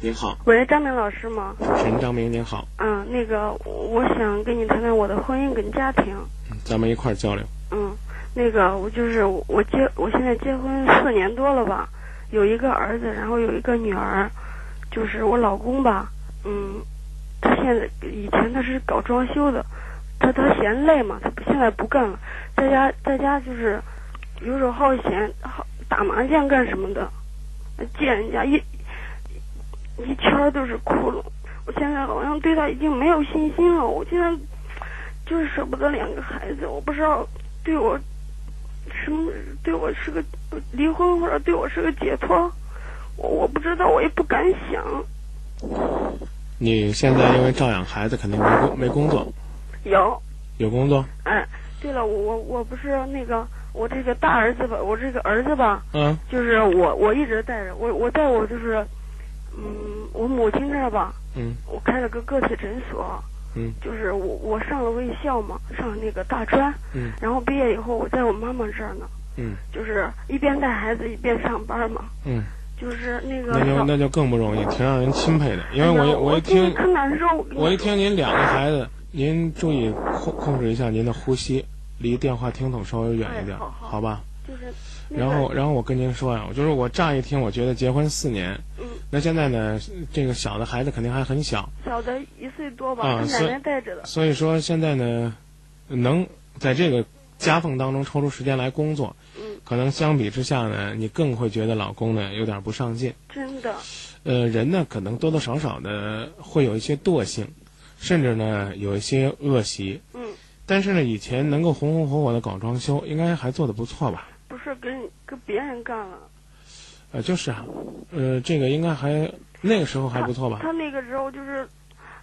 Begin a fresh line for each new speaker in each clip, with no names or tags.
您好，
喂，张明老师吗？
陈张明，您好，
嗯，那个，我想跟你谈谈我的婚姻跟家庭。
嗯咱们一块儿交流。
嗯，那个，我就是我结，我现在结婚四年多了吧，有一个儿子，然后有一个女儿，就是我老公吧，嗯，他现在以前他是搞装修的，他他嫌累嘛，他不现在不干了，在家在家就是游手好闲，好打麻将干什么的，见人家一一圈儿都是窟窿，我现在好像对他已经没有信心了，我现在就是舍不得两个孩子，我不知道对我什么对我是个离婚或者对我是个解脱，我我不知道，我也不敢想。
你现在因为照养孩子，肯定没工没工作，
有，
有工作？
哎，对了，我我我不是那个我这个大儿子吧，我这个儿子吧，
嗯
就是我我一直带着我我在我就是，嗯，我母亲这儿吧，
嗯
我开了个个体诊所，
嗯
就是我我上了卫校嘛，上那个大专，
嗯
然后毕业以后我在我妈妈这儿呢，
嗯
就是一边带孩子一边上班嘛，
嗯，
就是那个
那就
小
那就更不容易，挺让人钦佩的。因为我一
哎呀
我
我
一听
真的可难受，跟 你
我一
说
听您两个孩子，您注意控控制一下您的呼吸，离电话听筒稍微远一点，
哎好好
吧？
就是那个
然后，然后我跟您说啊呀、我就是我乍一听，我觉得结婚四年，
嗯
那现在呢，这个小的孩子肯定还很小，
小的一岁多吧，
啊
他
是
奶奶带着的，
所以说现在呢，能在这个夹缝当中抽出时间来工作，
嗯
可能相比之下呢，你更会觉得老公呢有点不上进。
真的，
呃，人呢可能多多少少的会有一些惰性，甚至呢有一些恶习。
嗯，
但是呢，以前能够红红火火的搞装修，应该还做得不错吧？
不是跟跟别人干了，
呃，就是啊，呃，这个应该还那个时候还不错吧？
他那个时候就是。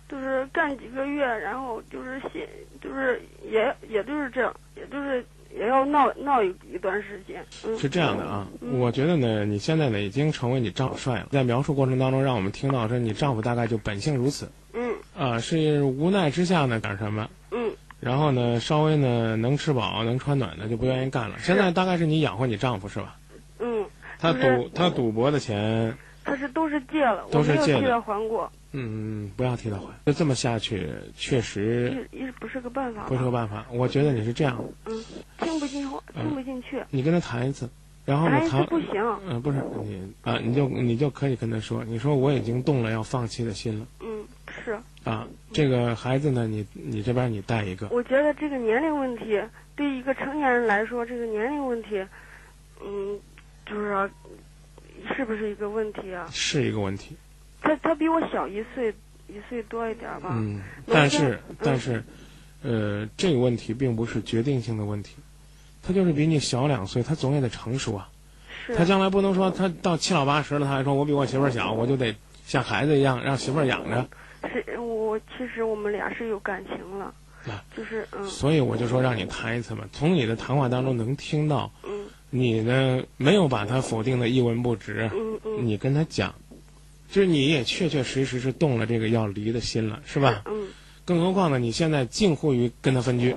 就是干几个月，然后就是写，就是也也就是这样，也就是也要闹闹一一段时间。嗯，
是这样的啊，我觉得呢，你现在呢已经成为你丈帅了。在描述过程当中，让我们听到说你丈夫大概就本性如此
嗯
啊、是无奈之下呢干什么，
嗯，
然后呢稍微呢能吃饱能穿暖的就不愿意干了。现在大概是你养活你丈夫是吧？
嗯，
他
就是
赌他赌博的钱，
他是都是借了，
都是
我没
借
有
的
替他还过，
嗯，不要替他还。就这么下去，确实
一一不是个办法吧。
不是个办法。我觉得你是这样，
嗯，听不进话，
嗯
听不进去，
你跟他谈一次，然后呢
孩子
谈。
不行。
呃，不是你啊，你就你就可以跟他说，你说我已经动了要放弃的心了。
嗯，是，
啊，这个孩子呢，你你这边你带一个，
我觉得这个年龄问题对一个成年人来说，这个年龄问题，嗯，就是说、是不是一个问题啊？
是一个问题。
他他比我小一岁一岁多一点吧。
嗯，
我
但
觉
是
得
但是，呃，这个问题并不是决定性的问题，他就是比你小两岁，他总也得成熟啊。
是
他将来不能说他到七老八十了，他还说我比我媳妇儿小，我就得像孩子一样让媳妇儿养着。
是，我其实我们俩是有感情了，
啊
就是嗯
所以我就说让你谈一次嘛，从你的谈话当中能听到
嗯
你呢没有把他否定的一文不值。啊
嗯嗯
你跟他讲，就是你也确确实实是动了这个要离的心了，是吧？
嗯，
更何况呢，你现在近乎于跟他分居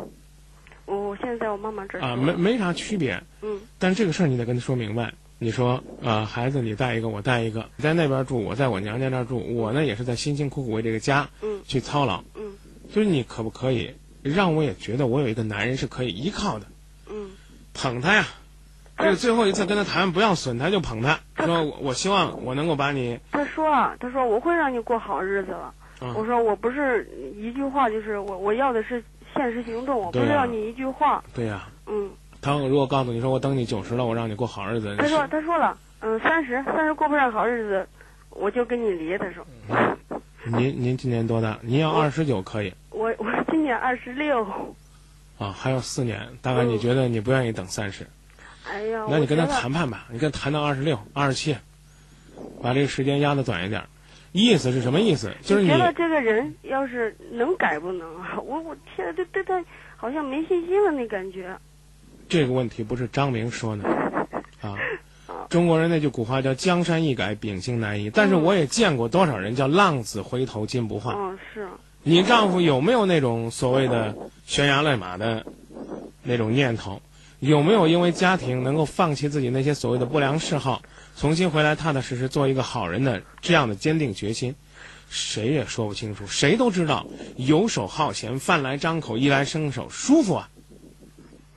我我现在在我妈妈这儿
啊，
住
没没啥区别。
嗯
但这个事儿你得跟他说明白。你说啊，孩子，你带一个，我带一个，你在那边住，我在我娘家那儿住，我呢也是在辛辛苦苦为这个家
嗯
去操劳。
嗯
就是你可不可以让我也觉得我有一个男人是可以依靠的，
嗯。
捧他呀？这是最后一次跟他谈，不要损他，就捧他。
嗯
说我我希望我能够把你
他说啊，他说我会让你过好日子了。
啊
我说我不是一句话，就是我我要的是现实行动，我不是
对啊
要你一句话。
对呀、
嗯，
他如果告诉你说我等你九十了，我让你过好日子，
他说他说了，嗯，三十三十过不上好日子，我就跟你离。他
嗯
说
您您今年多大？您要二十九可以
我我今年二十六，
啊，还有四年。大概
嗯
你觉得你不愿意等三十、
哎呀，
那你跟他
我觉得
谈判吧，你跟他谈到二十六、二十七，把这个时间压得短一点儿。意思是什么意思？就是
你
你
觉得这个人要是能改不能啊？我我现在对对他好像没信心了那感觉。
这个问题不是张明说的啊
啊。
中国人那句古话叫“江山易改，秉性难移”，但是我也见过多少人叫“浪子回头金不换”。
嗯，是，
你丈夫有没有那种所谓的悬崖勒马的那种念头？有没有因为家庭能够放弃自己那些所谓的不良嗜好，重新回来踏踏实实做一个好人的这样的坚定决心，谁也说不清楚，谁都知道游手好闲，饭来张口，衣来伸手，舒服啊。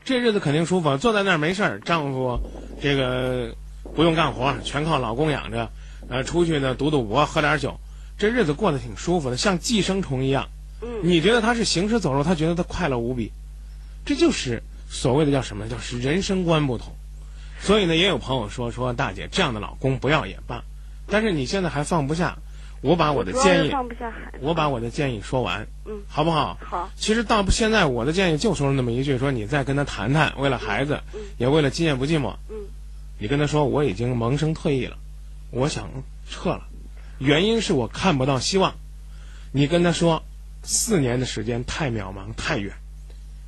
这日子肯定舒服啊，坐在那儿没事儿，丈夫这个不用干活，全靠老公养着，呃，出去呢赌赌博，喝点酒，这日子过得挺舒服的，像寄生虫一样。
嗯
你觉得他是行尸走肉，他觉得他快乐无比，这就是所谓的叫什么？就是人生观不同。所以呢，也有朋友说说大姐这样的老公不要也罢，但是你现在还放不下。我把我的
主要是
建议，
放不下孩子。
我把我的建议说完，
嗯
好不好？
好，
其实到现在，我的建议就说了那么一句：说你再跟他谈谈，为了孩子，也为了今夜不寂寞，
嗯
你跟他说我已经萌生退役了，我想撤了，原因是我看不到希望。你跟他说，四年的时间太渺茫太远，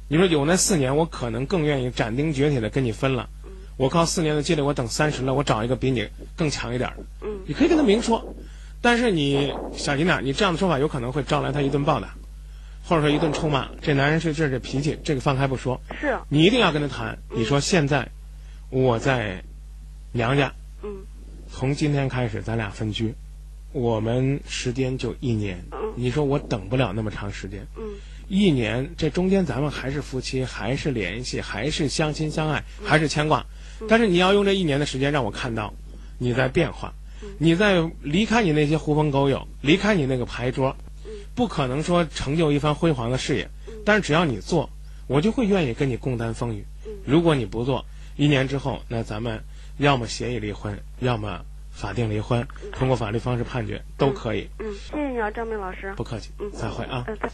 你说有那四年，我可能更愿意斩钉截铁的跟你分了。
嗯
我靠四年的积累，我等三十了，我找一个比你更强一点儿的。
嗯
你可以跟他明说，但是你小心点儿，你这样的说法有可能会招来他一顿暴打，或者说一顿臭骂。这男人是这这脾气，这个放开不说，
是
你一定要跟他谈。你说现在我在娘家，
嗯
从今天开始咱俩分居，我们时间就一年
嗯。
你说我等不了那么长时间，
嗯
一年这中间咱们还是夫妻，还是联系，还是相亲相爱，
嗯
还是牵挂。但是你要用这一年的时间让我看到你在变化，
嗯
你在离开你那些狐朋狗友，离开你那个牌桌，
嗯
不可能说成就一番辉煌的事业。但是只要你做，我就会愿意跟你共担风雨。如果你不做，一年之后，那咱们要么协议离婚，要么法定离婚，通过法律方式判决都可以。
嗯，谢谢你啊，张明老师。
不客气
嗯，，
再会啊。
呃再